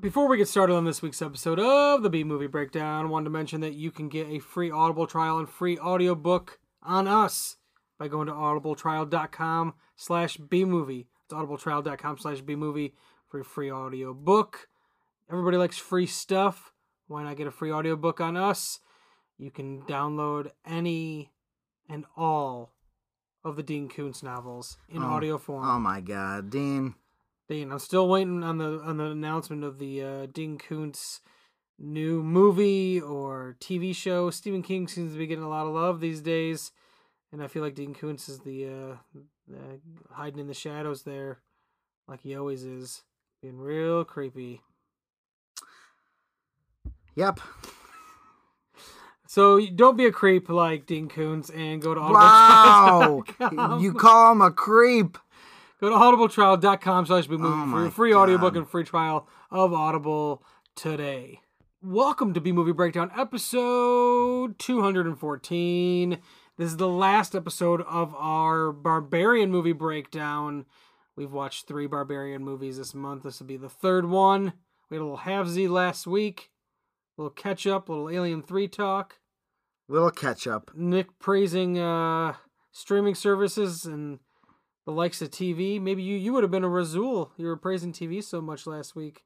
Before we get started on this week's episode of the B Movie Breakdown, I wanted to mention that you can get a free Audible trial and free audiobook on us by going to audibletrial.com slash bmovie. It's audibletrial.com slash bmovie for a free audiobook. Everybody likes free stuff. Why not get a free audiobook on us? You can download any and all of the Dean Koontz novels in Oh. audio form. Oh my God, Dean. Dean, I'm still waiting on the on the announcement of the uh, Dean Koontz new movie or TV show. Stephen King seems to be getting a lot of love these days, and I feel like Dean Koontz is the uh, the hiding in the shadows there, like he always is, being real creepy. Yep. So don't be a creep like Dean Koontz and go to Wow. audibletrial.com. you call him a creep. Go to audibletrial.com slash be Oh movie for your my free audiobook God. and free trial of Audible today. Welcome to B Movie Breakdown episode 214. This is the last episode of our Barbarian movie breakdown. We've watched three Barbarian movies this month. This will be the third one. We had a little halvesy last week, a little catch up, a little Alien 3 talk. Little ketchup. Nick praising uh, streaming services and the likes of TV. Maybe you, you would have been a Razul. You were praising TV so much last week.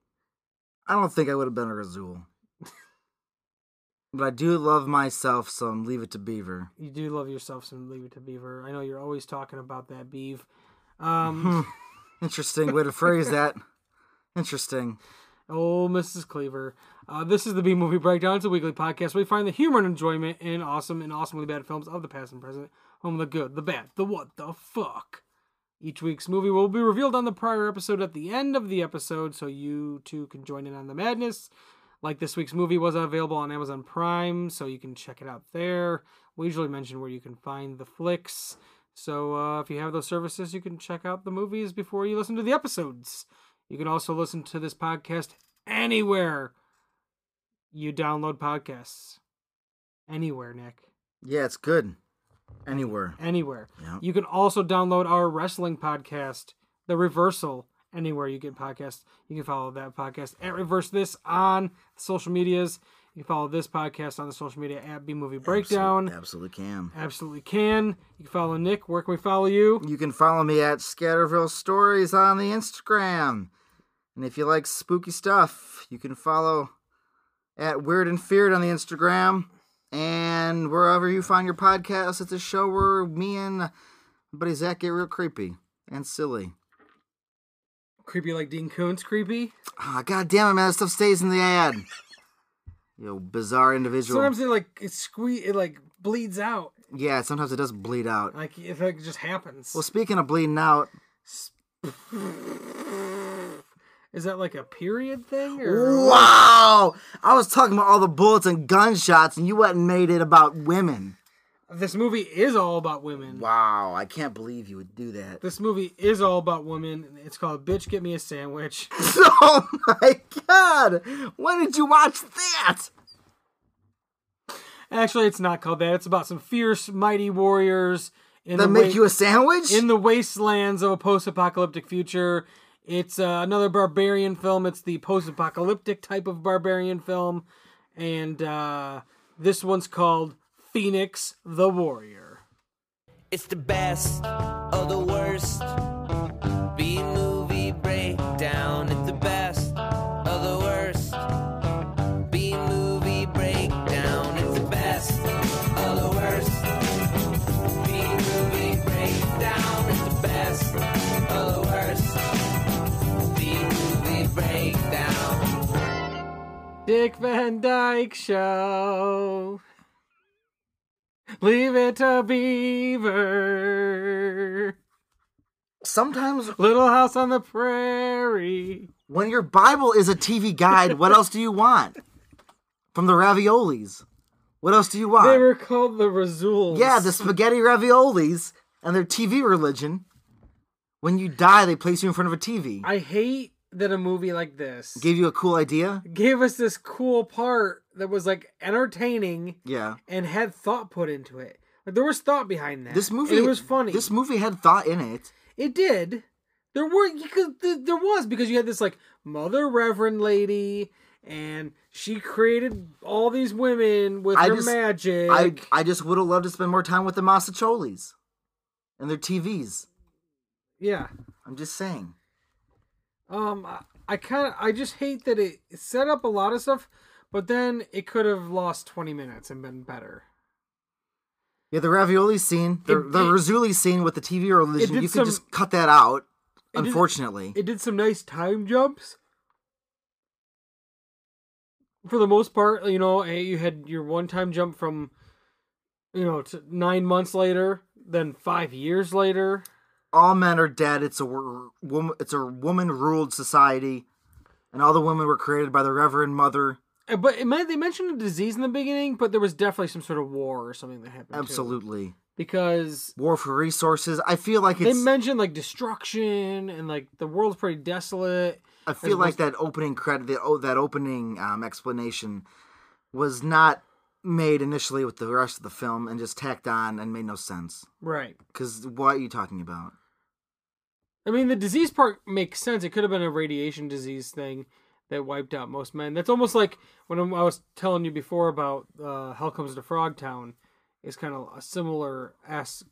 I don't think I would have been a Razul. but I do love myself some Leave It to Beaver. You do love yourself some Leave It to Beaver. I know you're always talking about that, Beeve. Um, Hmm. Interesting way to phrase that. Interesting. oh, Mrs. Cleaver. Uh, this is the B Movie Breakdown. It's a weekly podcast where we find the humor and enjoyment in awesome and awesomely bad films of the past and present, home of the good, the bad, the what the fuck. Each week's movie will be revealed on the prior episode at the end of the episode, so you too can join in on the madness. Like this week's movie was available on Amazon Prime, so you can check it out there. We usually mention where you can find the flicks, so uh, if you have those services, you can check out the movies before you listen to the episodes. You can also listen to this podcast anywhere you download podcasts. Anywhere, Nick. Yeah, it's good. Anywhere. Anywhere. Yeah. You can also download our wrestling podcast, The Reversal, anywhere you get podcasts. You can follow that podcast at Reverse This on social medias. You can follow this podcast on the social media at B Movie Breakdown. Absolutely, absolutely can. Absolutely can. You can follow Nick. Where can we follow you? You can follow me at Scatterville Stories on the Instagram. And if you like spooky stuff, you can follow at Weird and Feared on the Instagram. And wherever you find your podcast, it's a show where me and my buddy Zach get real creepy and silly. Creepy like Dean Koontz, creepy. Ah, God damn it, man. That stuff stays in the ad. You bizarre individual. Sometimes it like it sque it like bleeds out. yeah, sometimes it does bleed out. Like it like just happens. Well, speaking of bleeding out, Is that like a period thing? Or Wow! I was talking about all the bullets and gunshots, and you went and made it about women. this movie is all about women. Wow, I can't believe you would do that. This movie is all about women. It's called Bitch Get Me a Sandwich. oh my god! When did you watch that? Actually, it's not called that. It's about some fierce, mighty warriors in That the make wa- you a sandwich? in the wastelands of a post-apocalyptic future. It's uh, another barbarian film. It's the post-apocalyptic type of barbarian film, and uh, this one's called Phoenix the Warrior. It's the best of the worst. B movie breakdown. It's the best of the worst. B movie breakdown. It's the best of the worst. B movie breakdown. It's the best of the worst. B movie breakdown. Dick Van Dyke Show. Leave it to Beaver. Sometimes Little House on the Prairie. when your Bible is a TV guide, what else do you want? From the raviolis. What else do you want? They were called the Razuls. Yeah, the spaghetti raviolis and their TV religion. When you die, they place you in front of a TV. I hate that a movie like this Gave you a cool idea? gave us this cool part that was like entertaining Yeah. and had thought put into it. Like there was thought behind that. This and movie it was funny. This movie had thought in it. it did. There were because there was because you had this like mother reverend lady, and she created all these women with I her just- magic. I I just would have loved to spend more time with the Masacholis and their TVs. yeah. I'm just saying. Um, I, I kind of I just hate that it set up a lot of stuff, but then it could have lost twenty minutes and been better. Yeah, the ravioli scene, the, It- the it- Rizzulli scene with the TV religion, did you some- could just cut that out, did- unfortunately. It did some nice time jumps. For the most part, you know, eh, you had your one time jump from, you know, to nine months later, then five years later. all men are dead. It's a wor- woman. It's a woman ruled society, and all the women were created by the Reverend Mother. Eh, But it meant, they mentioned a disease in the beginning, but there was definitely some sort of war or something that happened. too. Absolutely, because war for resources. I feel like they it's. mentioned like destruction and like the world's pretty desolate. I feel like that opening credit, the, oh, that opening um, explanation, was not made initially with the rest of the film and just tacked on and made no sense. Right. Because what are you talking about? I mean, the disease part makes sense. It could have been a radiation disease thing that wiped out most men. That's almost like when I'm- I was telling you before about uh, Hell Comes to Frog Town. It's kind of a similar ass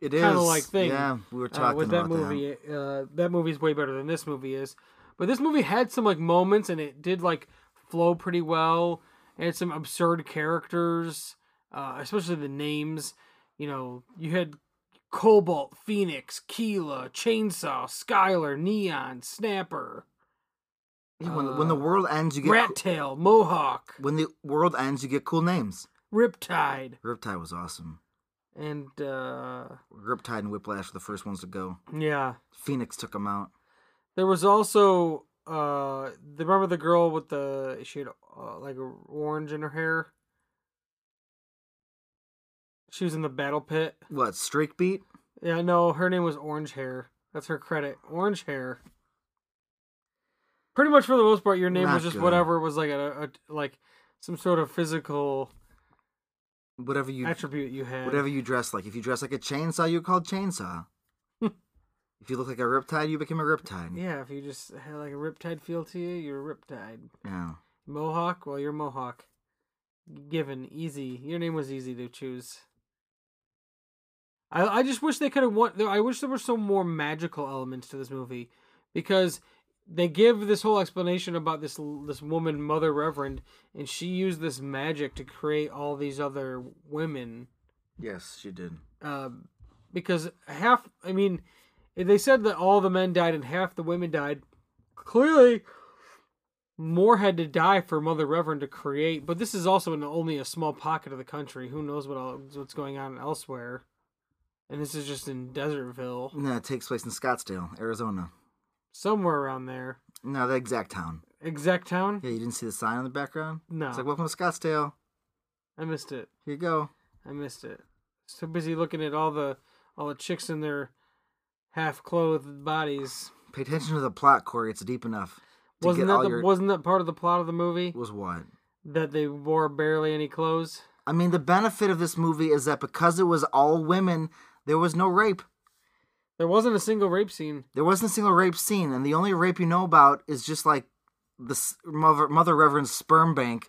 It is Kinda like thing, Yeah, we were uh, talking with that about that. movie. Uh, that movie's way better than this movie is. But this movie had some like moments, and it did like flow pretty well. It had some absurd characters, uh, especially the names. You know, you had Cobalt, Phoenix, Keela, Chainsaw, Skylar, Neon, Snapper, Yeah, when, when the uh, world ends, you get Rat cool- Tail, Mohawk, when the world ends, you get cool names. Riptide, Riptide was awesome. and uh, Riptide and Whiplash were the first ones to go. yeah. Phoenix took him out. There was also uh the- remember the girl with the she had uh, like a orange in her hair. She was in the battle pit. What streak beat? Yeah, no, her name was Orange Hair. That's her credit. Orange Hair. Pretty much for the most part, your name Not was just good. whatever was like a, a like some sort of physical Whatever you attribute you had. whatever you dress like. If you dress like a chainsaw, you're called chainsaw. if you look like a riptide, you became a riptide. Yeah, if you just had like a riptide feel to you, you're a riptide. Yeah. Mohawk? Well, you're Mohawk. Given. Easy. Your name was easy to choose. I, I just wish they could have won. I wish there were some more magical elements to this movie because they give this whole explanation about this this woman, Mother Reverend, and she used this magic to create all these other women Yes, she did. um, because half i mean they said that all the men died and half the women died clearly more had to die for mother reverend to create but this is also in only a small pocket of the country who knows what all, what's going on elsewhere and this is just in desertville No, it takes place in Scottsdale, Arizona. somewhere around there No, the exact town. exact town Yeah, you didn't see the sign in the background? no It's like welcome to Scottsdale. i missed it Here you go. i missed it so busy looking at all the all the chicks in their half clothed bodies Pay attention to the plot, Corey. It's deep enough. To wasn't get that all the, your wasn't that part of the plot of the movie was what? that they wore barely any clothes. I mean, the benefit of this movie is that because it was all women, there was no rape. There wasn't a single rape scene. There wasn't a single rape scene, and the only rape you know about is just like the s- mother, mother Reverend's sperm bank,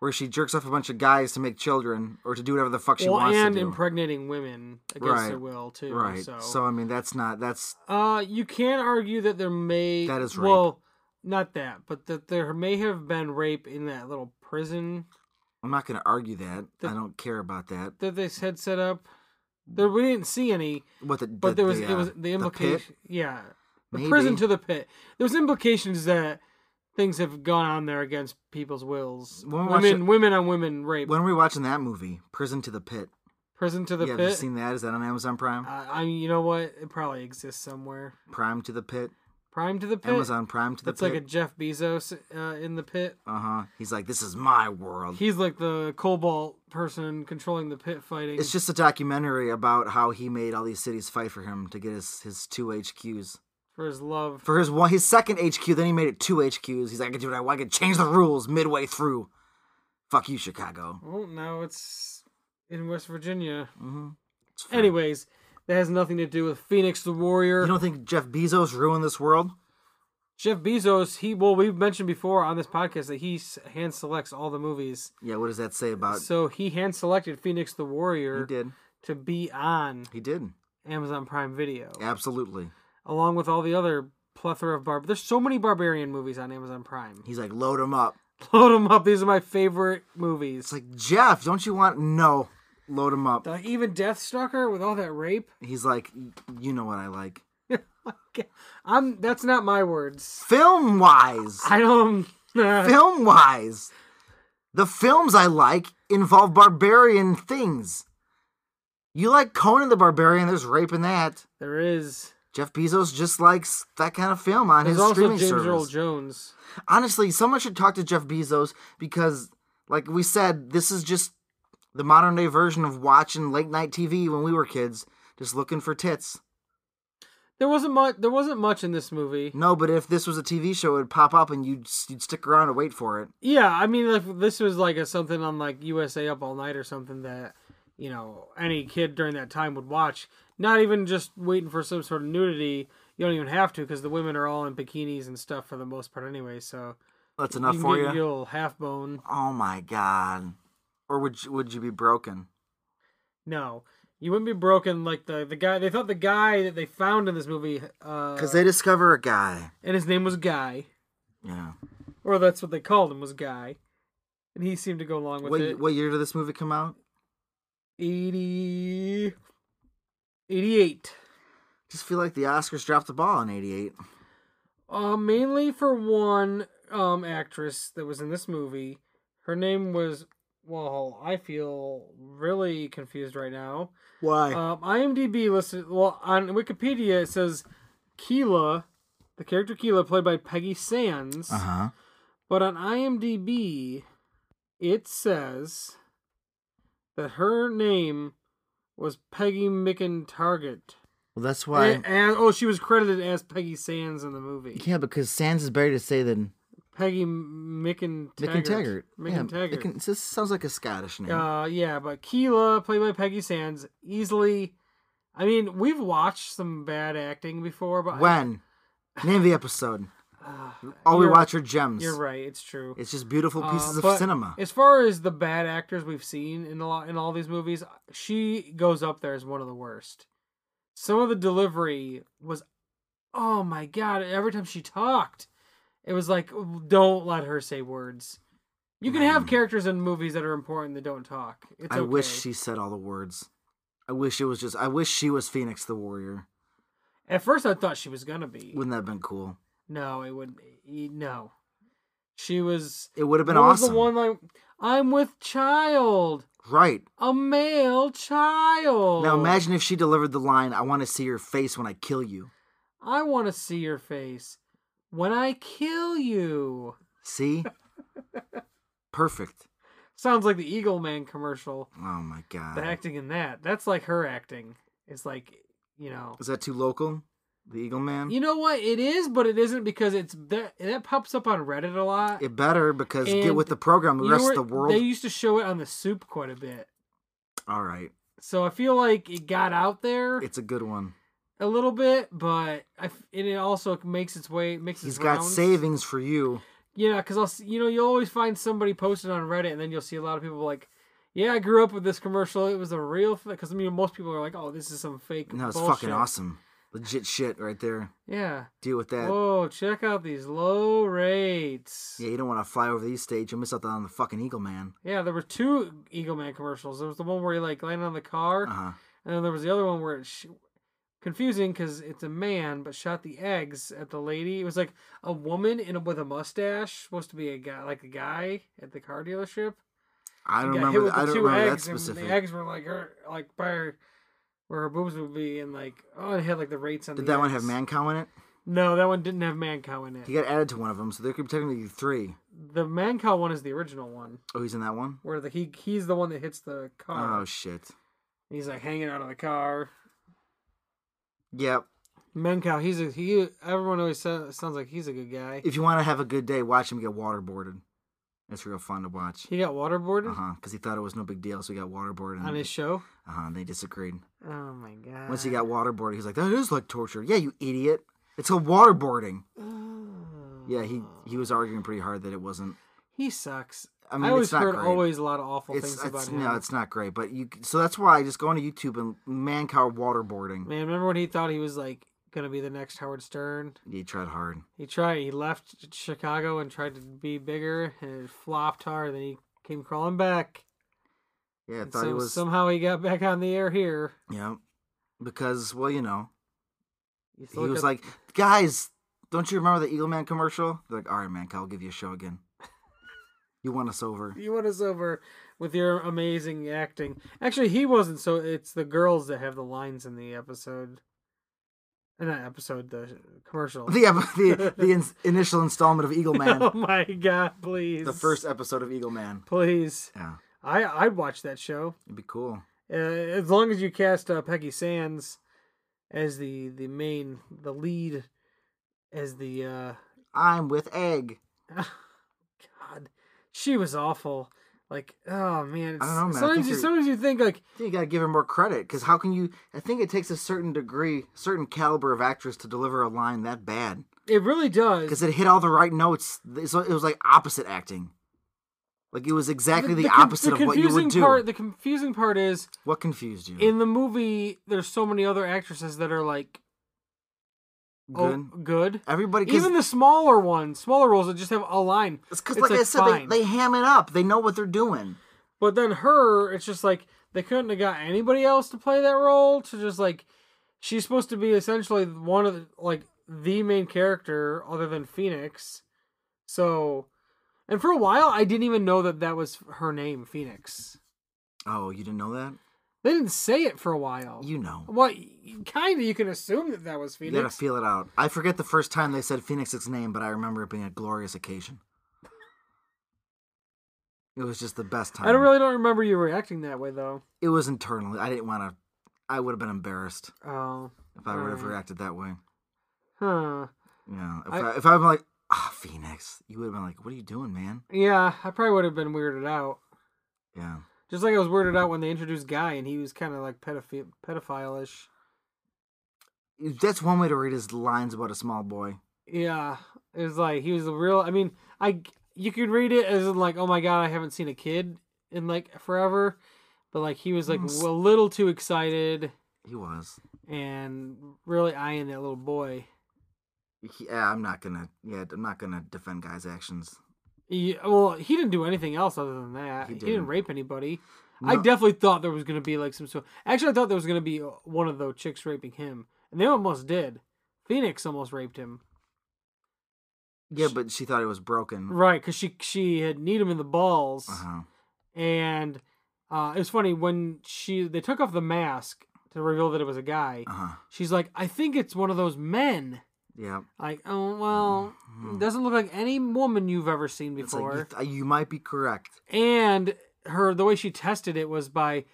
where she jerks off a bunch of guys to make children or to do whatever the fuck she well, wants and to do. impregnating women against Right. their will too. right. So, So I mean, that's not that's uh, you can argue that there may That is rape. well, not that, but that there may have been rape in that little prison I'm not going to argue that. The- I don't care about that. that they had set up. There we didn't see any, What the, but the- there was the, it uh, was the pit? implication. yeah, the Maybe. prison to the pit. There was implications that things have gone on there against people's wills. When we watch women, women on women rape. When were we watching that movie, Prison to the Pit? prison to the yeah, have you pit. seen that? Is that on Amazon Prime? Uh, I mean, you know what? It probably exists somewhere. Prime to the Pit. Prime to the pit. Amazon Prime to the That's Pit. like a Jeff Bezos uh, in the pit. Uh huh. He's like, this is my world. He's like the cobalt person controlling the pit fighting. It's just a documentary about how he made all these cities fight for him to get his, his two HQs. for his love. For his one, his second HQ, then he made it two HQs. He's like, I can do what I want. I can change the rules midway through. Fuck you, Chicago. Oh, Well, now it's in West Virginia. Mm-hmm. Anyways, that has nothing to do with Phoenix the Warrior. You don't think Jeff Bezos ruined this world? Jeff Bezos, he well, we've mentioned before on this podcast that he s- hand selects all the movies. Yeah, what does that say about So he hand selected Phoenix the Uh, He Warrior did. to be on He did. Amazon Prime Video, Absolutely. along with all the other plethora of barb. There's so many barbarian movies on Amazon Prime. He's like, load him up. Load them up. These are my favorite movies. It's like, Jeff, don't you want no. Load him up. The even Deathstalker with all that rape. He's like, you know what I like. I'm. That's not my words. Film wise. I don't. Film wise. The films I like involve barbarian things. You like Conan the Barbarian, there's rape in that. there is. Jeff Bezos just likes that kind of film on There's his also streaming James service. Earl Jones. honestly, someone should talk to Jeff Bezos because, like we said, this is just the modern day version of watching late night TV when we were kids, just looking for tits. There wasn't much. There wasn't much in this movie. No, but if this was a TV show, it'd pop up and you'd you'd stick around to wait for it. Yeah, I mean, if this was like a something on like USA Up All Night or something that you know any kid during that time would watch. Not even just waiting for some sort of nudity. You don't even have to because the women are all in bikinis and stuff for the most part anyway. So That's enough you can for get you. your little half bone. Oh my god! Or would you, would you be broken? No, you wouldn't be broken like the the guy. They thought the guy that they found in this movie, uh, Because they discover a guy. and his name was Guy, Yeah. or that's what they called him was Guy, and he seemed to go along with What it. what year did this movie come out? 80, 88. Just feel like the Oscars dropped the ball in '88. Uh, mainly for one um actress that was in this movie. Her name was well, I feel really confused right now. Why? Um, IMDb listed well on Wikipedia. It says Keela, the character Keela, played by Peggy Sands, Uh huh. but on IMDb it says that her name was Peggy McIntarget. Well, that's why. And, and oh, she was credited as Peggy Sands in the movie. yeah, because Sands is better to say than Peggy McIntaggart. McIntaggart. Yeah, McIntaggart. Mc- it just sounds like a Scottish name. Uh, yeah, but Keela, played by Peggy Sands, easily. I mean, we've watched some bad acting before, but I- when? Name the episode. Ah, All we you're- watch are gems. You're right. It's true. It's just beautiful Uh, pieces but of cinema. As far as the bad actors we've seen in a lot in all these movies, she goes up there as one of the worst. Some of the delivery was, oh my god! Every time she talked, it was like, don't let her say words. You can have characters in movies that are important that don't talk. It's Mm. I wish okay. she said all the words. I wish it was just. I wish she was Phoenix the Warrior. At first, I thought she was gonna be. Wouldn't that have been cool? No, it would. No, she was. It would have been what was awesome. the one like? I'm with child. Right. a male child. Now imagine if she delivered the line, I want to see your face when I kill you. I want to see your face when I kill you. See? Perfect. Sounds like the Eagle Man commercial. Oh my The god. acting in that. That's like her acting. It's like, you know. Is that too local? The Eagle Man? You know what? It is, but it isn't because it's that that pops up on Reddit a lot. It better because get And with the program. The You rest know of the what? world. They used to show it on the soup quite a bit. All right. So I feel like it got out there It's a good one. a little bit, but I f and it also makes its way makes its He's got rounds. savings for you. Yeah, because I'll s- you know you'll always find somebody posted on Reddit, and then you'll see a lot of people like, "Yeah, I grew up with this commercial. It was a real thing." Because I mean, most people are like, "Oh, this is some fake." No, it's bullshit." fucking awesome. Legit shit right there. Yeah. Deal with that. Whoa! Check out these low rates. Yeah, you don't want to fly over the East Stage. You'll miss out on the fucking Eagle Man. Yeah, there were two Eagle Man commercials. There was the one where he like landed on the car, Uh huh. and then there was the other one where it's sh- confusing because it's a man but shot the eggs at the lady. It was like a woman in a, with a mustache, supposed to be a guy like a guy at the car dealership. I don't got hit remember. with I the don't two remember that eggs, specific. And the eggs were like her, like by her, where her boobs would be, and like oh, it had like the rates on. Did the that one eggs. have Mancow in it? No, that one didn't have mancow in He it. got added to one of them, so there could be technically three. The mancow one is the original one, Oh, he's in that one. where the he he's the one that hits the car. Oh shit. he's like hanging out of the car. Yep. Mancow, he's a he. Everyone always sa- sounds like he's a good guy. If you want to have a good day, watch him get waterboarded. It's real fun to watch. He got waterboarded Uh huh. Because he thought it was no big deal, so he got waterboarded. on his show. Uh huh. They disagreed. Oh my god. Once he got waterboarded, he's like, "That is like torture." Yeah, you idiot. It's called waterboarding. Oh. Yeah, he he was arguing pretty hard that it wasn't. He sucks. I, I mean, always it's not heard great. always a lot of awful It's, things about it's him. no, it's not great. But you so that's why I just go on YouTube and man cow waterboarding. Man, remember when he thought he was like gonna be the next Howard Stern? He tried hard. He tried. He left Chicago and tried to be bigger, and it flopped hard. Then he came crawling back. Yeah, I And thought he so was. somehow he got back on the air here. Yeah, because well, you know, You just he look was at- like, guys, don't you remember the Eagle Man commercial? They're like, all right, man, I'll give you a show again. You won us over. "You want us over with your amazing acting." Actually, he wasn't. So it's the girls that have the lines in the episode. Uh, Not episode, the commercial. The ep- the, the in- initial installment of Eagle Man, Oh my god! Please, the first episode of Eagle Man. Please, Yeah, I I'd watch that show. it'd be cool. Uh, as long as you cast uh, Peggy Sands as the the main the lead as the uh I'm with Egg. God, she was awful. Like oh man, I don't know, man. sometimes I think you you're- sometimes you think like I think you gotta give her more credit because how can you? I think it takes a certain degree, certain caliber of actress to deliver a line that bad it really does. because it hit all the right notes. So it was like opposite acting. Like it was exactly the, con- opposite of what you would do. Hmm. Part, the confusing part is What confused you? in the movie. There's so many other actresses that are like oh, Good. good. Everybody, cause, Even the smaller ones, smaller roles that just have a line. it's 'cause like, I said, fine. they, they ham it up. They know what they're doing. But then her, it's just like they couldn't have got anybody else to play that role. To just like she's supposed to be essentially one of the, like the main character other than Phoenix. So, and for a while, I didn't even know that that was her name, Phoenix. Oh, you didn't know that? They didn't say it for a while. You know. well, kind of. You can assume that that was You gotta Phoenix. feel it out. I forget the first time they said Phoenix's name, but I remember it being a glorious occasion. It was just the best time. I don't really don't remember you reacting that way though. It was internally. I didn't want to. I would have been embarrassed Oh, if I would have Right. reacted that way. huh. Yeah. If I, I- if I'd been like, ah, Phoenix, you would have been like, what are you doing, man? Yeah, I probably would have been weirded out. Yeah. Just like I was weirded out when they introduced Guy and he was kind of like pedophi- pedophile ish. That's one way to read his lines about a small boy. Yeah, it was like he was a real. I mean, I you could read it as in like, oh my god, I haven't seen a kid in like forever, but like he was like Mm, s- a little too excited He was. and really eyeing that little boy. He- yeah, I'm not gonna. Yeah, I'm not gonna defend guys' actions. He, well, he didn't do anything else other than that. He He didn't, didn't. rape anybody. I No. definitely thought there was gonna be like some sort. Actually, I thought there was gonna be one of the chicks raping him, and they almost did. Phoenix almost raped him. Yeah, but she thought it was broken. Right, because she she had need him in the balls, Uh huh. and uh, it was funny when she they took off the mask to reveal that it was a guy. Uh huh. She's like, I think it's one of those men. Yeah. Like, oh well, it doesn't look like any woman you've ever seen Mm-hmm. It's like you, before. th- uh, you might be correct. and her the way she tested it was by,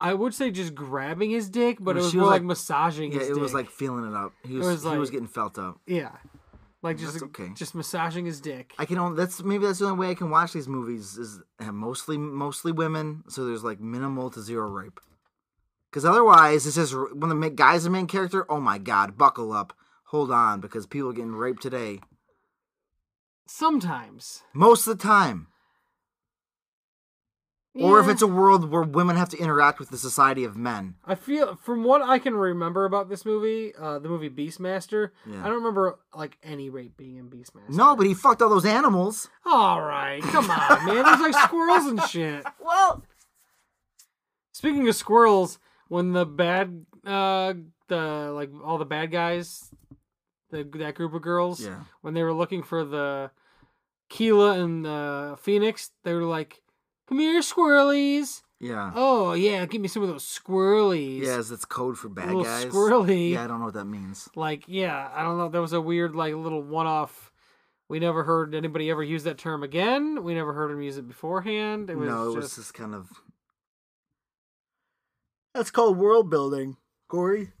I would say just grabbing his dick, but it Well, was she more was like, like- massaging. Yeah, his it was dick. like feeling it up. He was, was he was like- getting felt up. yeah, like just That's okay. just massaging his dick. I can only that's maybe that's the only way I can watch these movies is uh, mostly mostly women. So there's like minimal to zero rape. Because otherwise, it's just r- when the ma- guy's the main character. Oh my god, buckle up, hold on, because people are getting raped today Sometimes, most of the time. Or if Yeah. it's a world where women have to interact with the society of men. I feel from what I can remember about this movie, uh, the movie Beastmaster. Yeah. I don't remember like any rape being in Beastmaster. No, but he fucked all those animals. all right, come on, man. There's like squirrels and shit. Well, Speaking of squirrels, when the bad, uh, the like all the bad guys, the that group of girls, Yeah. when they were looking for the Keela and uh, Phoenix, they were like, "Come here, squirrelies." yeah. Oh yeah, give me some of those squirrelies. Yes, that's code for bad little guys. squirrely. Yeah, I don't know what that means. like yeah i don't know there was a weird like little one-off we never heard anybody ever use that term again we never heard him use it beforehand it was no, it was just just kind of. That's called world building, Corey.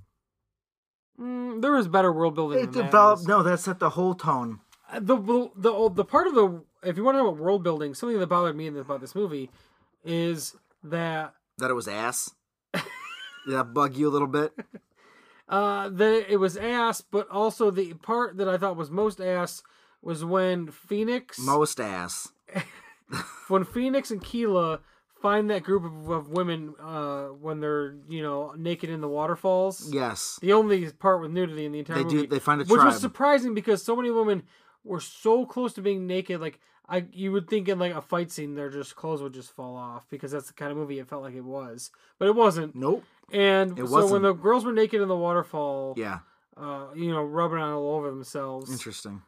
mm, there was better world building It than developed. that. No, that set the whole tone. Uh, the, the the old- the part of the if you want to talk about world building, something that bothered me about this movie is that That it was ass. Did that bug you a little bit? uh, that it was ass, but also the part that I thought was most ass was when Phoenix, Most ass. when Phoenix and Keela find that group of, of women uh, when they're you know naked in the waterfalls. Yes. The only part with nudity in the entire They movie. do. They find a which tribe. was surprising because so many women were so close to being naked. Like I, you would think in like a fight scene, their just clothes would just fall off because that's the kind of movie it felt like it was, but it wasn't. nope. And It so when the girls were naked in the waterfall, Yeah. uh, you know, rubbing on all over themselves. Interesting.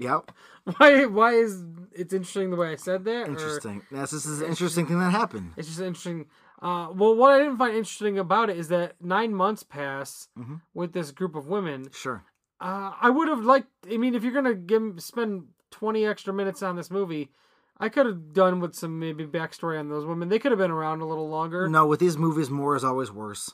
yep. Why? Why is it's interesting the way I said Er, that? or- Interesting. That's this is an interesting thing that happened. It's just interesting. Uh, well, what I didn't find interesting about it is that nine months pass Mhm. with this group of women. Sure. Uh, I would have liked. I mean, if you're gonna give, spend twenty extra minutes on this movie, I could have done with some maybe backstory on those women. They could have been around a little longer. No, with these movies, more is always worse.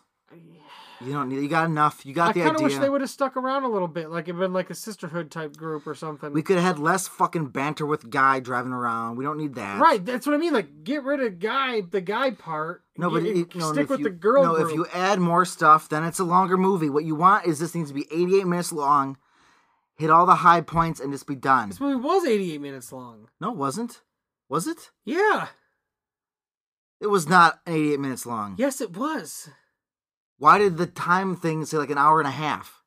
You don't need. You got enough. You got I the kind idea. of wish they would have stuck around a little bit, like it been like a sisterhood type group or something. We could have had less fucking banter with guy driving around. We don't need that. right, that's what I mean. Like, get rid of guy, the guy part. No, but Get- it, no, stick if with you, the girl. No, group. if you add more stuff, then it's a longer movie. What you want is this needs to be 88 minutes long, hit all the high points, and just be done. this movie was 88 minutes long. No, it wasn't. Was it? Yeah. It was not 88 minutes long. Yes, it was. Why did the time thing say like an hour and a half?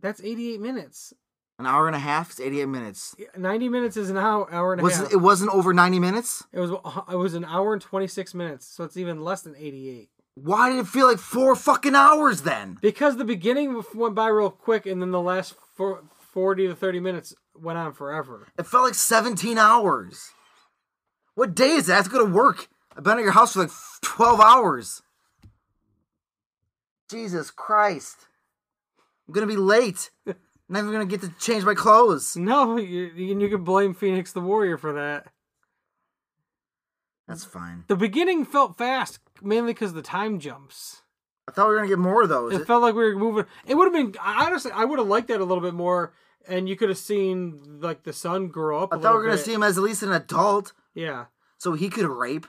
That's 88 minutes. An hour and a half is 88 minutes. 90 minutes is an hour, hour and a Was half. it, it wasn't over 90 minutes? It was uh, it was an hour and 26 minutes, so it's even less than 88. Why did it feel like four fucking hours then? Because the beginning went by real quick and then the last four, 40 to 30 minutes went on forever. It felt like 17 hours. What day is that? I have to go to work. I've been at your house for like 12 hours. Jesus Christ. I'm going to be late. I'm not even going to get to change my clothes. No, you you you can blame Phoenix the Warrior for that. That's fine. The beginning felt fast, mainly because of the time jumps. I thought we were going to get more of those. It felt like we were moving. It would have been I- honestly, I would have liked that a little bit more, and you could have seen like the son grow up. I a thought we little were going to bit. see him as at least an adult Yeah. so he could rape.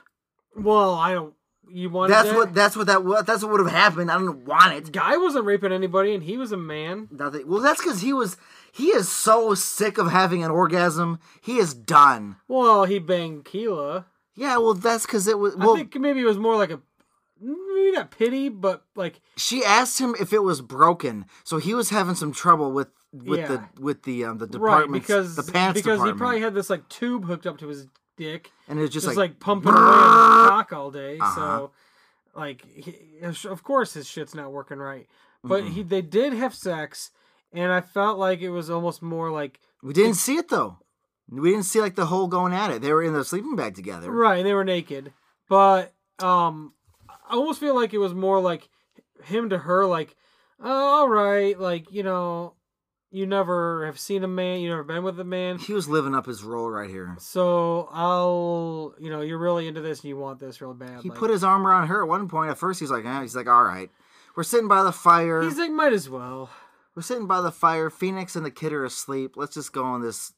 Well, I don't. You wanted That's that? what that's what that wa- that's what would have happened. I don't want it. guy wasn't raping anybody, and he was a man. Nothing. Well, that's because he was he is so sick of having an orgasm. He is done. Well, he banged Keela. Yeah, well, that's because it was. I Well, think maybe it was more like a maybe not pity, but like she asked him if it was broken, so he was having some trouble with with Yeah. the with the um the right department because the pants because department, he probably had this like tube hooked up to his dick, and it was just, just like, like, pumping away on his cock all day. Uh-huh. So like, he, of course, his shit's not working right. But he they did have sex, and I felt like it was almost more like we didn't see it though. We didn't see like the whole going at it. They were in the sleeping bag together. Right, and they were naked. But um I almost feel like it was more like him to her like, "Oh, all right, like, you know, you never have seen a man, you never been with a man. He was living up his role right here. So I'll, you know, you're really into this and you want this real bad. He like, put his arm around her at one point. At first, he's like, eh. he's like, all right, we're sitting by the fire. He's like might as well. We're sitting by the fire. Phoenix and the kid are asleep. Let's just go on this.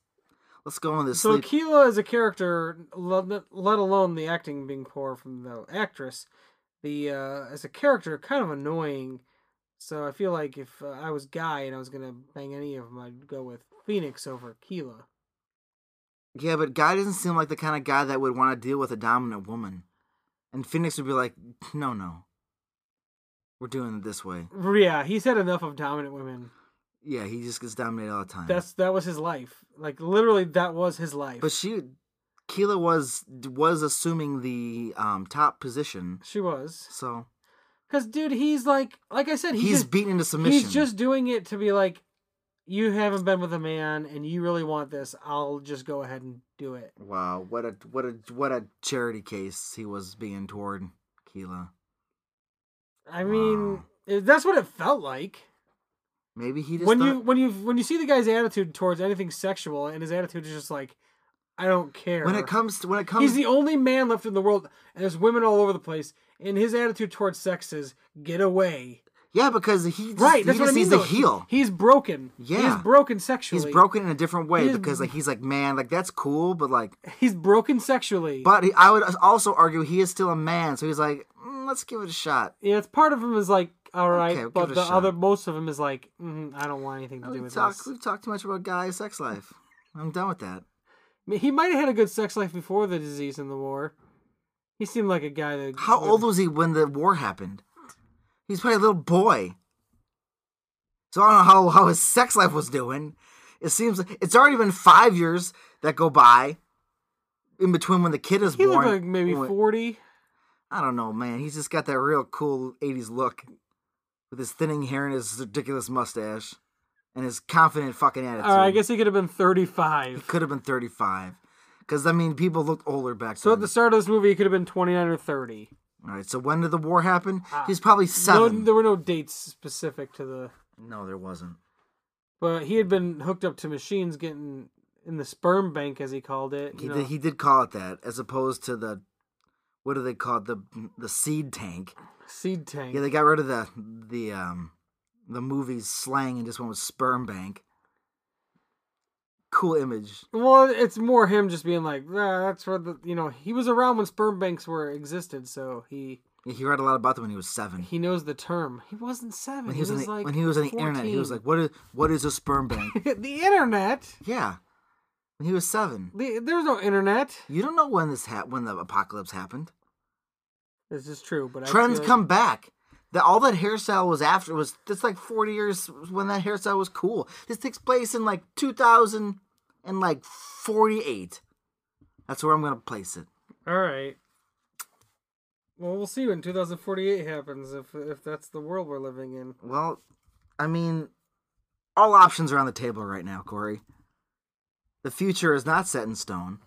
Let's go on this So sleep. Keela as a character, let let alone the acting being poor from the actress, the uh, as a character kind of annoying. So I feel like if uh, I was Guy and I was gonna bang any of them, I'd go with Phoenix over Keela. Yeah, but Guy doesn't seem like the kind of guy that would want to deal with a dominant woman. And Phoenix would be like, no, no. We're doing it this way. Yeah, he's had enough of dominant women. Yeah, he just gets dominated all the time. That's that was his life. Like literally, that was his life. but she, Keela was was assuming the um, top position. she was So because dude, he's like like I said, he he's just- beaten into submission. He's just doing it to be like, you haven't been with a man and you really want this. I'll just go ahead and do it. wow, what a what a what a charity case he was being toward Keela. I mean, Wow. it- that's what it felt like. Maybe he just When thought- you when you when you see the guy's attitude towards anything sexual, and his attitude is just like, I don't care. when it comes to, when it comes he's the only man left in the world, and there's women all over the place, and his attitude towards sex is get away. Yeah, because he just, Right, he that's just what I mean. needs to though. heal. He's broken. Yeah. he's broken sexually. He's broken in a different way He is- because like he's like, man, like that's cool, but like, He's broken sexually. but he, I would also argue he is still a man, so he's like, mm, let's give it a shot. yeah, it's part of him is like all right, we'll but give it a the shot. other most of him is like mm, I don't want anything to do We've with talked, this. we've talked too much about guys' sex life. I'm done with that. I mean, he might have had a good sex life before the disease and the war. He seemed like a guy that How would- old was he when the war happened? He's probably a little boy. So I don't know how, how his sex life was doing. It seems it's already been five years that go by in between when the kid is he born. looked like maybe when- forty. I don't know, man. He's just got that real cool 80s look with his thinning hair and his ridiculous mustache and his confident fucking attitude. All right, Uh, I guess he could have been thirty-five. He could have been 35. Because, I mean, people looked older back So at then. the start of this movie, he could have been 29 or 30. All right, so when did the war happen? Ah. He's probably No, seven. there were no dates specific to the. no, there wasn't. But he had been hooked up to machines getting in the sperm bank, as he called it. He you know. did, he did call it that, as opposed to the what do they call it the the seed tank? seed tank. Yeah, they got rid of the the um the movie's slang and just went with sperm bank. Cool image. well, it's more him just being like, "Ah, that's where the. You know, he was around when sperm banks were existed, so he He read a lot about them when he was seven. he knows the term. He wasn't seven. when he was, on the, like when he was on the internet, he was like, 14. "What is what is a sperm bank?" the internet. yeah, when he was seven. The, there's no internet. You don't know when this hap- when the apocalypse happened. This is true, but I Trends feel- come back. That all that hairstyle was after was that's like forty years when that hairstyle was cool. This takes place in like two thousand and like forty eight. That's where I'm gonna place it. All right. Well, we'll see when 2048 happens if if that's the world we're living in. Well, I mean, all options are on the table right now, Corey. The future is not set in stone.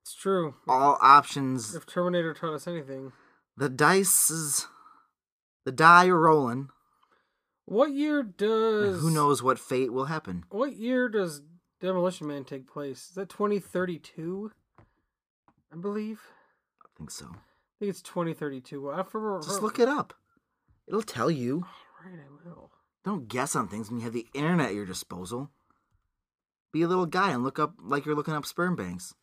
It's true. All options. If Terminator taught us anything, The dice is the die are rolling. what year and does Who knows what fate will happen? What year does Demolition Man take place? Is that 2032? I believe. I think so. I think it's 2032. Well, I remember. Just look it up. It'll tell you. Right, I will. Don't guess on things when you have the internet at your disposal. Be a little guy and look up like you're looking up sperm banks.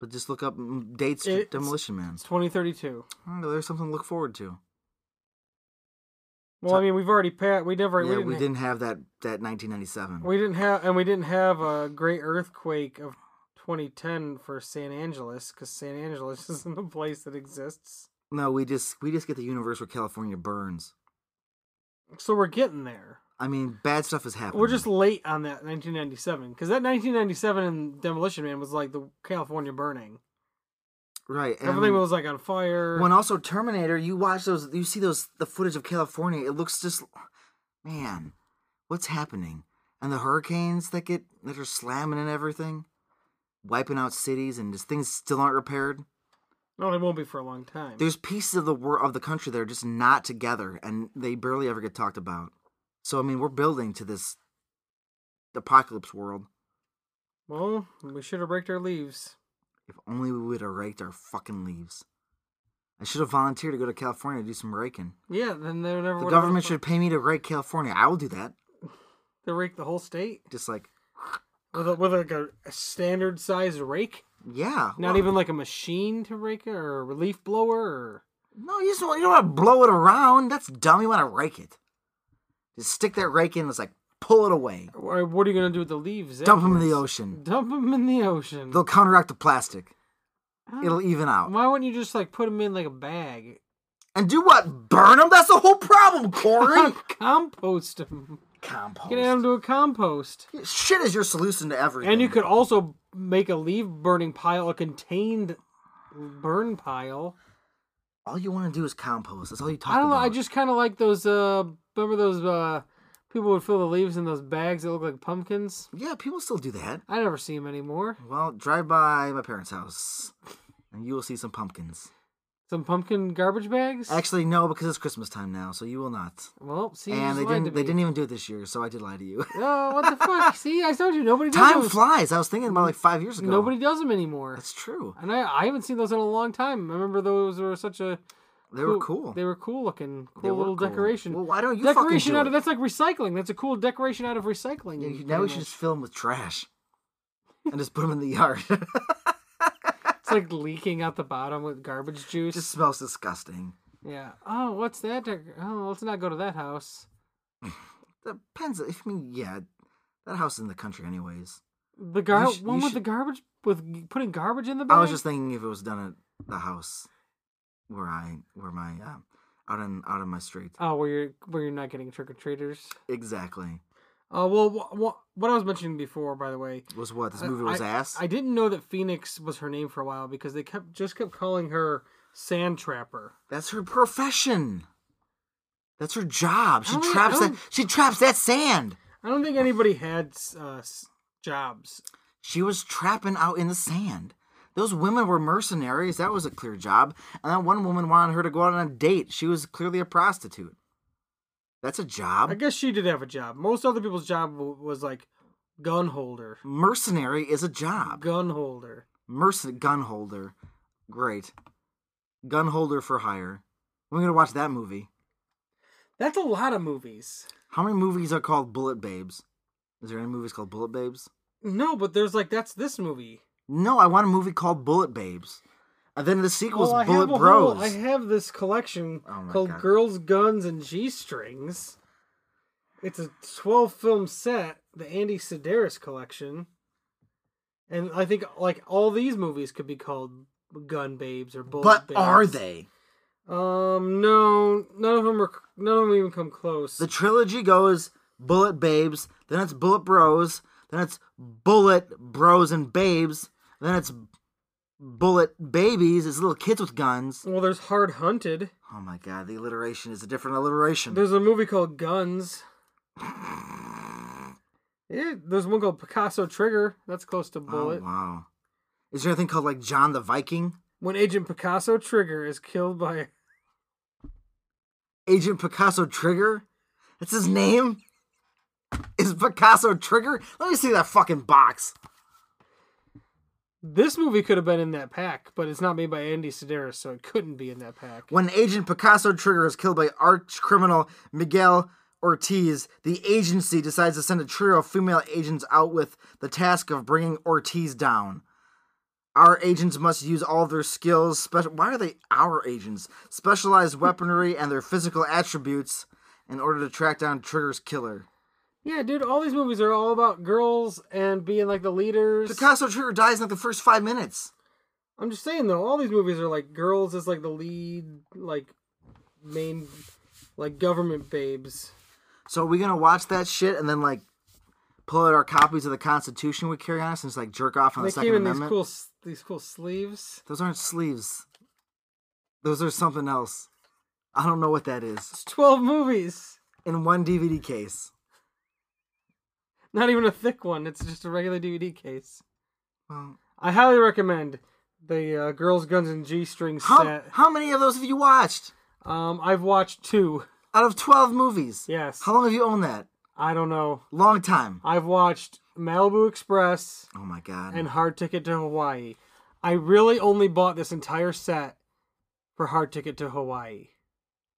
But just look up mm, dates to It's- Demolition Man. It's 2032. Oh, there's something to look forward to. Well, I mean, we've already pat. We never. yeah, we didn't. we didn't have that that 1997. We didn't have, and we didn't have a great earthquake of 2010 for San Angeles because San Angeles isn't a place that exists. No, we just we just get the universe where California burns. So we're getting there. I mean, bad stuff is happening. We're just late on that 1997 because that 1997 and Demolition Man was like the California burning. right. and- Everything was like on fire. When also Terminator, you watch those, you see those the footage of California. It looks just, man, what's happening? And the hurricanes that get that are slamming and everything, wiping out cities, and just things still aren't repaired. no, it won't be for a long time. There's pieces of the world of the country that are just not together, and they barely ever get talked about. So I mean, we're building to this apocalypse world. Well, we should have raked our leaves. If only we would have raked our fucking leaves. I should have volunteered to go to California to do some raking. Yeah, then they never. The would've- government should pay me to rake California. I will do that. They raked the whole state Just like, with a, with like a, a standard sized rake. yeah. Not even like a machine to rake it or a relief blower or. No, you just want, you don't want to blow it around. That's dumb. You want to rake it. Just stick that rake in. It's like pull it away. Why- What are you gonna do with the leaves? Dump them in the afterwards? ocean. Dump them in the ocean. They'll counteract the plastic. Huh? It'll even out. Why wouldn't you just like put them in like a bag? And do what? Burn them? That's the whole problem, Corey. compost them. Compost. Get them to a compost. Shit is your solution to everything. And you could also make a leaf burning pile, a contained burn pile. All you want to do is compost. That's all you talk I don't know. about. I just kind of like those. uh Remember those uh people would fill the leaves in those bags that look like pumpkins. Yeah, people still do that. I never see them anymore. Well, drive by my parents' house, and you will see some pumpkins. Some pumpkin garbage bags. Actually, no, because it's Christmas time now, so you will not. well, see, you and just they lied to didn't. They me. didn't even do it this year, so I did lie to you. Oh, what the fuck? See, I told you nobody does time those. flies. I was thinking about like five years ago. Nobody does them anymore. That's true. And I, I haven't seen those in a long time. I remember those were such a They were cool. They were cool looking, cool They were little cool. decoration. Well, why don't you fucking decoration do out it? of that's like recycling. That's a cool decoration out of recycling. Yeah, you- pretty now we should much. just fill them with trash and just put them in the yard. It's like leaking out the bottom with garbage it juice. just smells disgusting. Yeah. Oh, what's that? dec- Oh, let's not go to that house. Depends. I mean, yeah, that house is in the country, anyways. The gar- You sh- one you with the should- garbage with g- putting garbage in the bag. I was just thinking if it was done at the house where I, where my, um, out in out in my street. oh, where you're where you're not getting trick or treaters. Exactly. Oh well, wh- wh- what I was mentioning before, by the way, Was what this I- movie was I, ass. I didn't know that Phoenix was her name for a while because they kept just kept calling her Sand Trapper. That's her profession. That's her job. She I don't- traps I that. don't- She traps that sand. I don't think anybody had uh, s- jobs. She was trapping out in the sand. Those women were mercenaries. That was a clear job. And that one woman wanted her to go out on a date. She was clearly a prostitute. That's a I job. guess she did have a job. Most other people's job w- was like gun holder, Mercenary is a job. gun holder. Mercen gun holder. Great. Gun holder for hire. We're gonna watch that movie. That's a lot of movies. How many movies are called Bullet Babes? Is there any movies called Bullet Babes? No, but there's like that's this movie. No, I want a movie called Bullet Babes. And then the sequel's Oh, I Bullet have a Bros. whole- I have this collection Oh my called God. Girls, Guns, and G Strings. It's a 12 film set, the Andy Sedaris collection. And I think like all these movies could be called Gun Babes or Bullet but Babes. are they? Um, no, none of them are. None of them even come close. The trilogy goes Bullet Babes, then it's Bullet Bros, then it's Bullet Bros and Babes, then it's Bullet Babies, it's little kids with guns. well, there's Hard Hunted. Oh my god, the alliteration is a different alliteration. There's a movie called Guns. Yeah, there's one called Picasso Trigger. That's close to oh Bullet. wow. Is there anything called like John the Viking? When Agent Picasso Trigger is killed by Agent Picasso Trigger? That's his name? Is Picasso Trigger? Let me see that fucking box. This movie could have been in that pack, but it's not made by Andy Sedaris, so it couldn't be in that pack. When Agent Picasso Trigger is killed by arch criminal Miguel Ortiz, the agency decides to send a trio of female agents out with the task of bringing Ortiz down. Our agents must use all their skills. Special. Why are they our agents? Specialized weaponry and their physical attributes in order to track down Trigger's killer. Yeah, dude, all these movies are all about girls and being like the leaders. Picasso Trigger dies in like the first five minutes. I'm just saying though, all these movies are like girls as like the lead, like main, like government babes. So are we gonna watch that shit and then like pull out our copies of the Constitution we carry on us and just like jerk off on they the Second came in these Amendment? cool s- these cool sleeves. Those aren't sleeves. Those are something else. I don't know what that is. It's twelve movies, In one DVD case. not even a thick one. It's just a regular DVD case. Well, I highly recommend the uh, Girls, Guns, and G String how set. how many of those have you watched? Um, I've watched two. Out of twelve movies. Yes, How long have you owned that? I don't know. Long time. I've watched Malibu Express Oh my god. and Hard Ticket to Hawaii. I really only bought this entire set for Hard Ticket to Hawaii.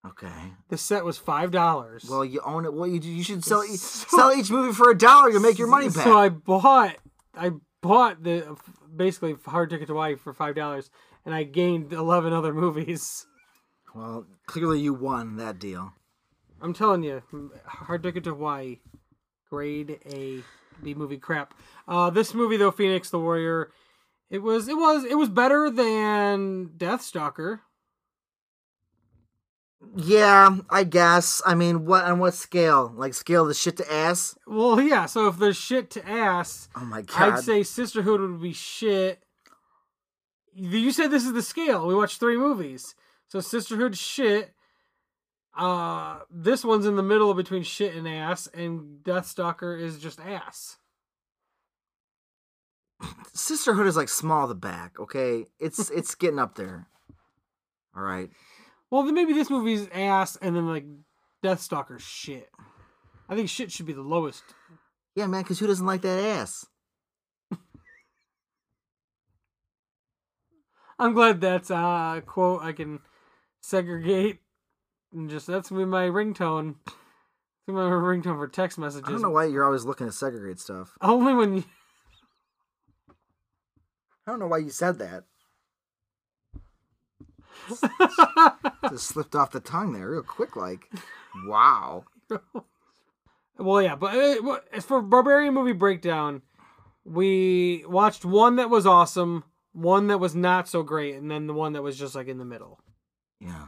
okay. The set was five dollars. Well, you own it. Well, you you should sell each, So- sell each movie for a dollar. You'll make your money back. So I bought, I bought the basically Hard Ticket to Hawaii for five dollars, and I gained eleven other movies. well, clearly you won that deal. I'm telling you, Hard Ticket to Hawaii, grade A B movie crap. Uh, this movie though, Phoenix the Warrior, it was it was it was better than Deathstalker. Yeah, I guess. I mean, what on what scale? Like scale the shit to ass? Well, yeah. So if there's shit to ass, Oh my god! I'd say Sisterhood would be shit. You said this is the scale. We watched three movies, so Sisterhood shit. Uh, this one's in the middle between shit and ass, and Deathstalker is just ass. Sisterhood is like small the back. Okay, it's it's getting up there. All right. Well, then maybe this movie's ass, and then like Deathstalker's shit. I think shit should be the lowest. Yeah, man. Because who doesn't like that ass? I'm glad that's a uh, quote I can segregate, and just that's gonna be my ringtone. That's gonna be my ringtone for text messages. I don't know why you're always looking at segregate stuff. Only when you, I don't know why you said that. Just slipped off the tongue there real quick, like, wow. well, yeah, but uh, what- as for barbarian movie breakdown, we watched one that was awesome, one that was not so great, and then the one that was just like in the middle. Yeah.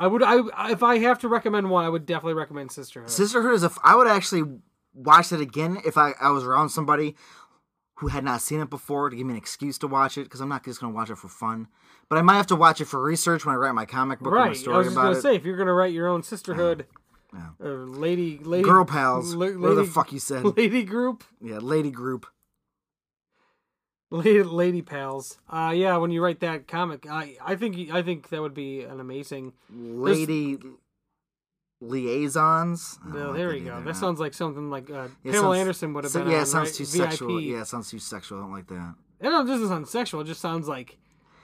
I would, I if I have to recommend one, I would definitely recommend Sisterhood. Sisterhood is a. F- I would actually watch it again if I, I was around somebody who had not seen it before to give me an excuse to watch it because I'm not just going to watch it for fun. But I might have to watch it for research when I write my comic book or my right, I story was just about gonna it. say if you're gonna write your own Sisterhood, Yeah. uh, lady, lady, Girl pals, la- whatever the lady- fuck you said. lady group. Yeah, lady group. Lady, lady pals. Uh, yeah, when you write that comic, I I think I think that would be an amazing. lady liaisons. Oh, I don't Well, like there that we go. either, That no. sounds like something like uh, It Pamela sounds- Anderson would have so- been. Yeah, on, it sounds right? too VIP. sexual. Yeah, it sounds too sexual. I don't like that. I don't. This doesn't sound sexual. It just sounds like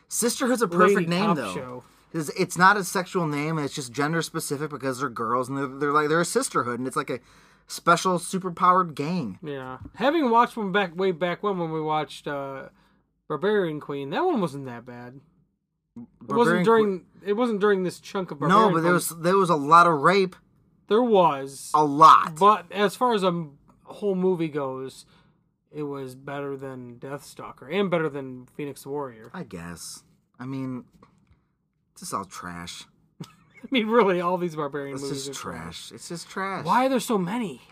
Sisterhood's a lady perfect name cop though. show. 'Cause It's not a sexual name. It's just gender specific because they're girls and they're, they're like they're a sisterhood and it's like a special superpowered gang. Yeah, having watched one back way back when when we watched uh, Barbarian Queen, that one wasn't that bad. It Barbarian wasn't during. It wasn't during this chunk of Barbarian no, but there Queen. was there was a lot of rape, There was. a lot. But as far as a m- whole movie goes, it was better than Deathstalker and better than Phoenix Warrior. I guess. I mean, it's just all trash. I mean, really, all these barbarian It's movies just are trash. trash. It's just trash. Why are there so many?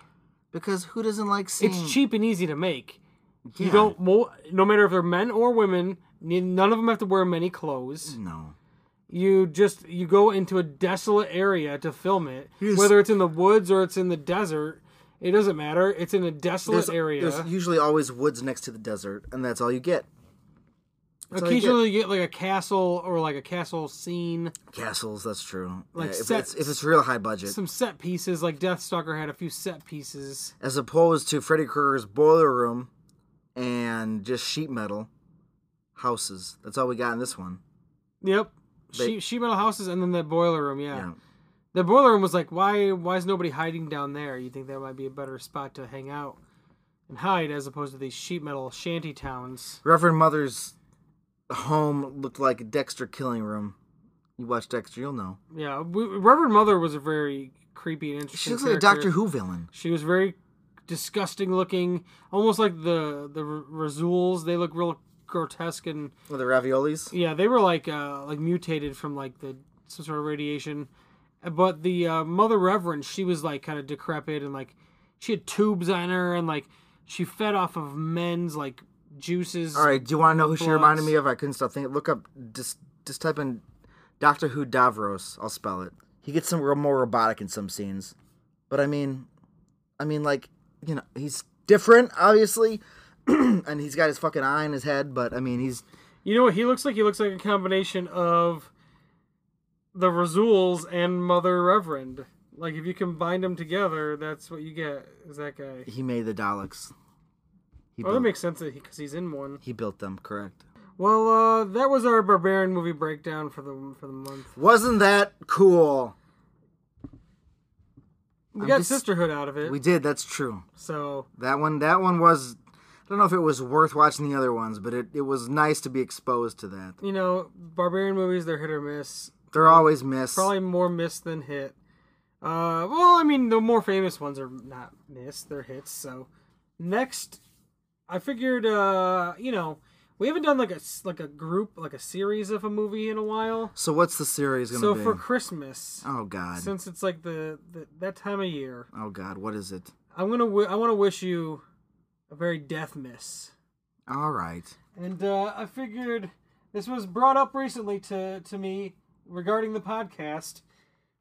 Because who doesn't like seeing? It's cheap and easy to make. Yeah. You don't. mo- No matter if they're men or women, n- none of them have to wear many clothes. No. You just you go into a desolate area to film it, Yes. whether it's in the woods or it's in the desert. It doesn't matter. It's in a desolate area. There's usually always woods next to the desert, and that's all you get. all you Occasionally, you get like a castle or like a castle scene. Castles, that's true. Like Yeah, if, sets. it's, if it's real high budget, some set pieces. Like Deathstalker had a few set pieces. as opposed to Freddy Krueger's boiler room and just sheet metal houses. That's all we got in this one. Yep. They- Sheet, sheet metal houses and then that boiler room. Yeah. Yeah. The boiler room was like, why? Why is nobody hiding down there? You think that might be a better spot to hang out and hide as opposed to these sheet metal shanty towns? Reverend Mother's home looked like a Dexter killing room. You watch Dexter, you'll know. Yeah. We, Reverend Mother was a very creepy and She interesting. looks like a character. Doctor Who villain. She was very disgusting looking, almost like the the R- Razuls. They look real grotesque and With the raviolis. Yeah, they were like uh, like mutated from like the some sort of radiation. But the uh, mother reverend, she was like kind of decrepit and like she had tubes on her and like she fed off of men's like juices. All right, do you want to know who she reminded Bloods. me of? I couldn't stop thinking. Look up, just just type in Doctor Who Davros. I'll spell it. He gets some real more robotic in some scenes, but I mean, I mean, like you know, he's different, obviously, and he's got his fucking eye in his head. But I mean, he's You know what he looks like? He looks like a combination of the Razuls and Mother Reverend. Like if you combine them together, that's what you get. Is that guy? he made the Daleks. He Oh, that built, makes sense that because he's in one. he built them, correct? Well, uh, that was our barbarian movie breakdown for the for the month. Wasn't that cool? We I'm got just- Sisterhood out of it, We did. That's true. so That one. That one was. I don't know if it was worth watching the other ones, but it, it was nice to be exposed to that. you know, barbarian movies they're hit or miss. They're always missed. Probably more miss than hit. Uh, well, I mean, the more famous ones are not missed; they're hits. So next, I figured, uh, you know, we haven't done like a s- like a group like a series of a movie in a while. So what's the series gonna So be? for Christmas, oh God! since it's like the, the that time of year, oh God! What is it? I'm gonna w- I want to wish you a very death miss. All right. and uh, I figured this was brought up recently to to me regarding the podcast,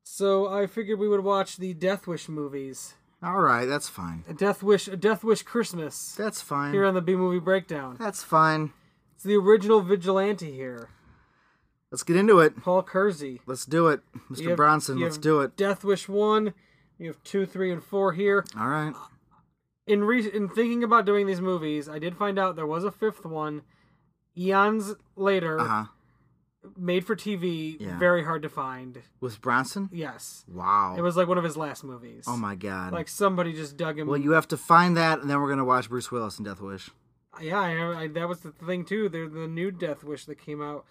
so I figured we would watch the Death Wish movies, All right. That's fine. a Death Wish, a Death Wish Christmas That's fine. here on the B Movie Breakdown. that's fine. It's the original vigilante here, Let's get into it. Paul Kersey. Let's do it, Mr. You have- Bronson. you Let's have do it. Death Wish one, you have two, three, and four here. All right. In re- in thinking about doing these movies, I did find out there was a fifth one, eons later. Uh huh. made for TV, Yeah. very hard to find. with Bronson. Yes. Wow. It was like one of his last movies. oh my god. Like somebody just dug him. well, you have to find that, and then we're gonna watch Bruce Willis in Death Wish. yeah, I, I, that was the thing too. They're the new Death Wish that came out.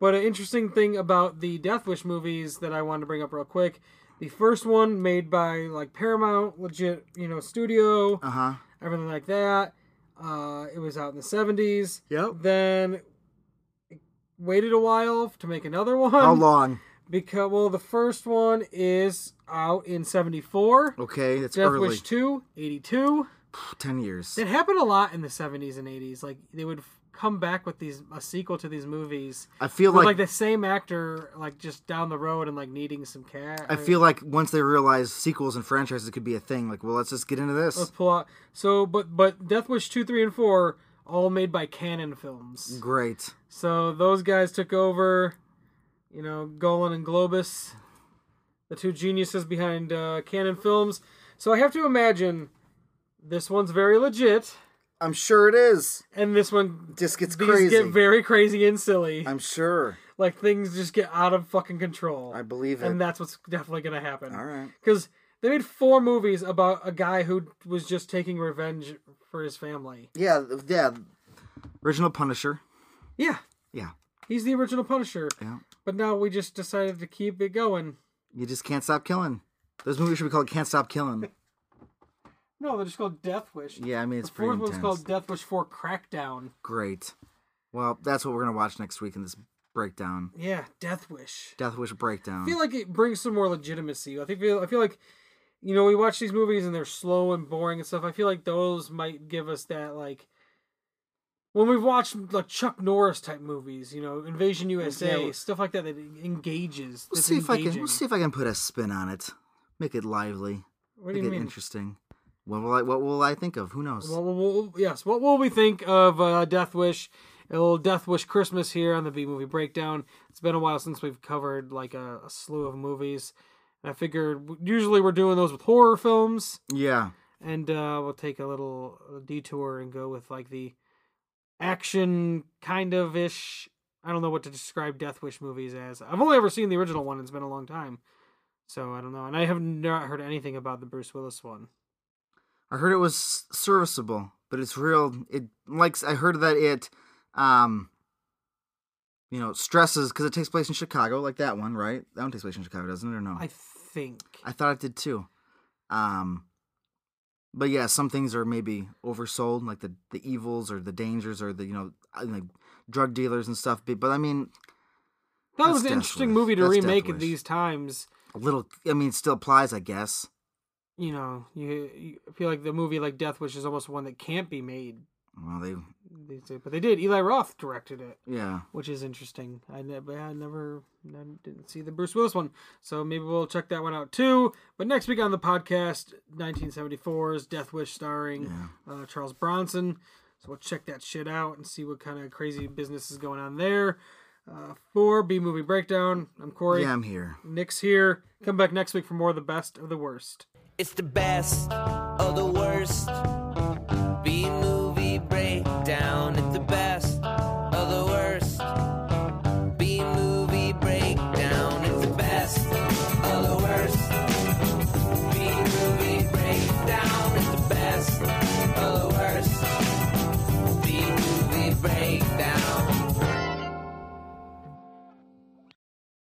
But an interesting thing about the Death Wish movies that I wanted to bring up real quick. The first one made by like Paramount, legit, you know, studio, Uh huh. everything like that. Uh, it was out in the seventies. Yep. Then it waited a while to make another one. How long? Because well, the first one is out in seventy four. Okay, that's Death Oh, early. Wish 2, 82. Ten years. It happened a lot in the 70s and 80s. Like they would f- come back with these a sequel to these movies I feel with like, like the same actor like just down the road and like needing some cash. I feel like once they realize sequels and franchises could be a thing, like, well, let's just get into this. let's pull out. So but but Death Wish 2, 3 and 4 all made by Canon Mm. Films. Great. So those guys took over, you know, Golan and Globus, the two geniuses behind uh, Canon Films. So I have to imagine this one's very legit I'm sure it is. and this one Just gets These crazy. get very crazy and silly. I'm sure. like things just get out of fucking control. I believe it. and that's what's definitely gonna happen. All right. Because they made four movies about a guy who was just taking revenge for his family. Yeah, th- yeah. Original Punisher. Yeah, Yeah, he's the original Punisher. yeah. But now we just decided to keep it going. You just can't stop killing. Those movies should be called Can't Stop Killing. No, they're just called Death Wish. Yeah, I mean, it's the pretty fourth intense. one's called Death Wish Four Crackdown. Great. Well, that's what we're gonna watch next week in this breakdown. Yeah, Death Wish. Death Wish breakdown. I feel like it brings some more legitimacy. I think feel, I feel like you know we watch these movies and they're slow and boring and stuff. I feel like those might give us that like when we've watched like Chuck Norris type movies, you know, Invasion USA, well- stuff like that that engages. we'll that's see if I can. engaging. We'll see if I can put a spin on it. Make it lively. What do Make you it mean? interesting. What will I? What will I think of? Who knows? Well, well, well, yes. What will we think of uh, Death Wish? A little Death Wish Christmas here on the B Movie Breakdown. It's been a while since we've covered like a, a slew of movies, and I figured usually we're doing those with horror films. yeah. and uh, we'll take a little detour and go with like the action kind of ish. I don't know what to describe Death Wish movies as. I've only ever seen the original one. It's been a long time, so I don't know. And I have not heard anything about the Bruce Willis one. I heard it was serviceable, but it's real. It likes. I heard that it, um, you know, stresses because it takes place in Chicago, like that one, right? That one takes place in Chicago, doesn't it? Or no? I think. I thought it did too. Um, but yeah, some things are maybe oversold, like the the evils or the dangers or the you know I- like drug dealers and stuff. But, but I mean, that was that's an Death interesting Wish. movie to That's Death remake Wish. in these times. a little. I mean, it still applies, I guess. You know, you, you feel like the movie like Death Wish is almost one that can't be made. Well, they these days. But they did. Eli Roth directed it. yeah. which is interesting. I never, I never, I didn't see the Bruce Willis one, so maybe we'll check that one out too. But next week on the podcast, 1974's Death Wish starring uh, Charles Bronson. So we'll check that shit out and see what kind of crazy business is going on there. Uh, for B Movie Breakdown, I'm Corey. Yeah, I'm here. Nick's here. Come back next week for more of the best of the worst. It's the best of the worst.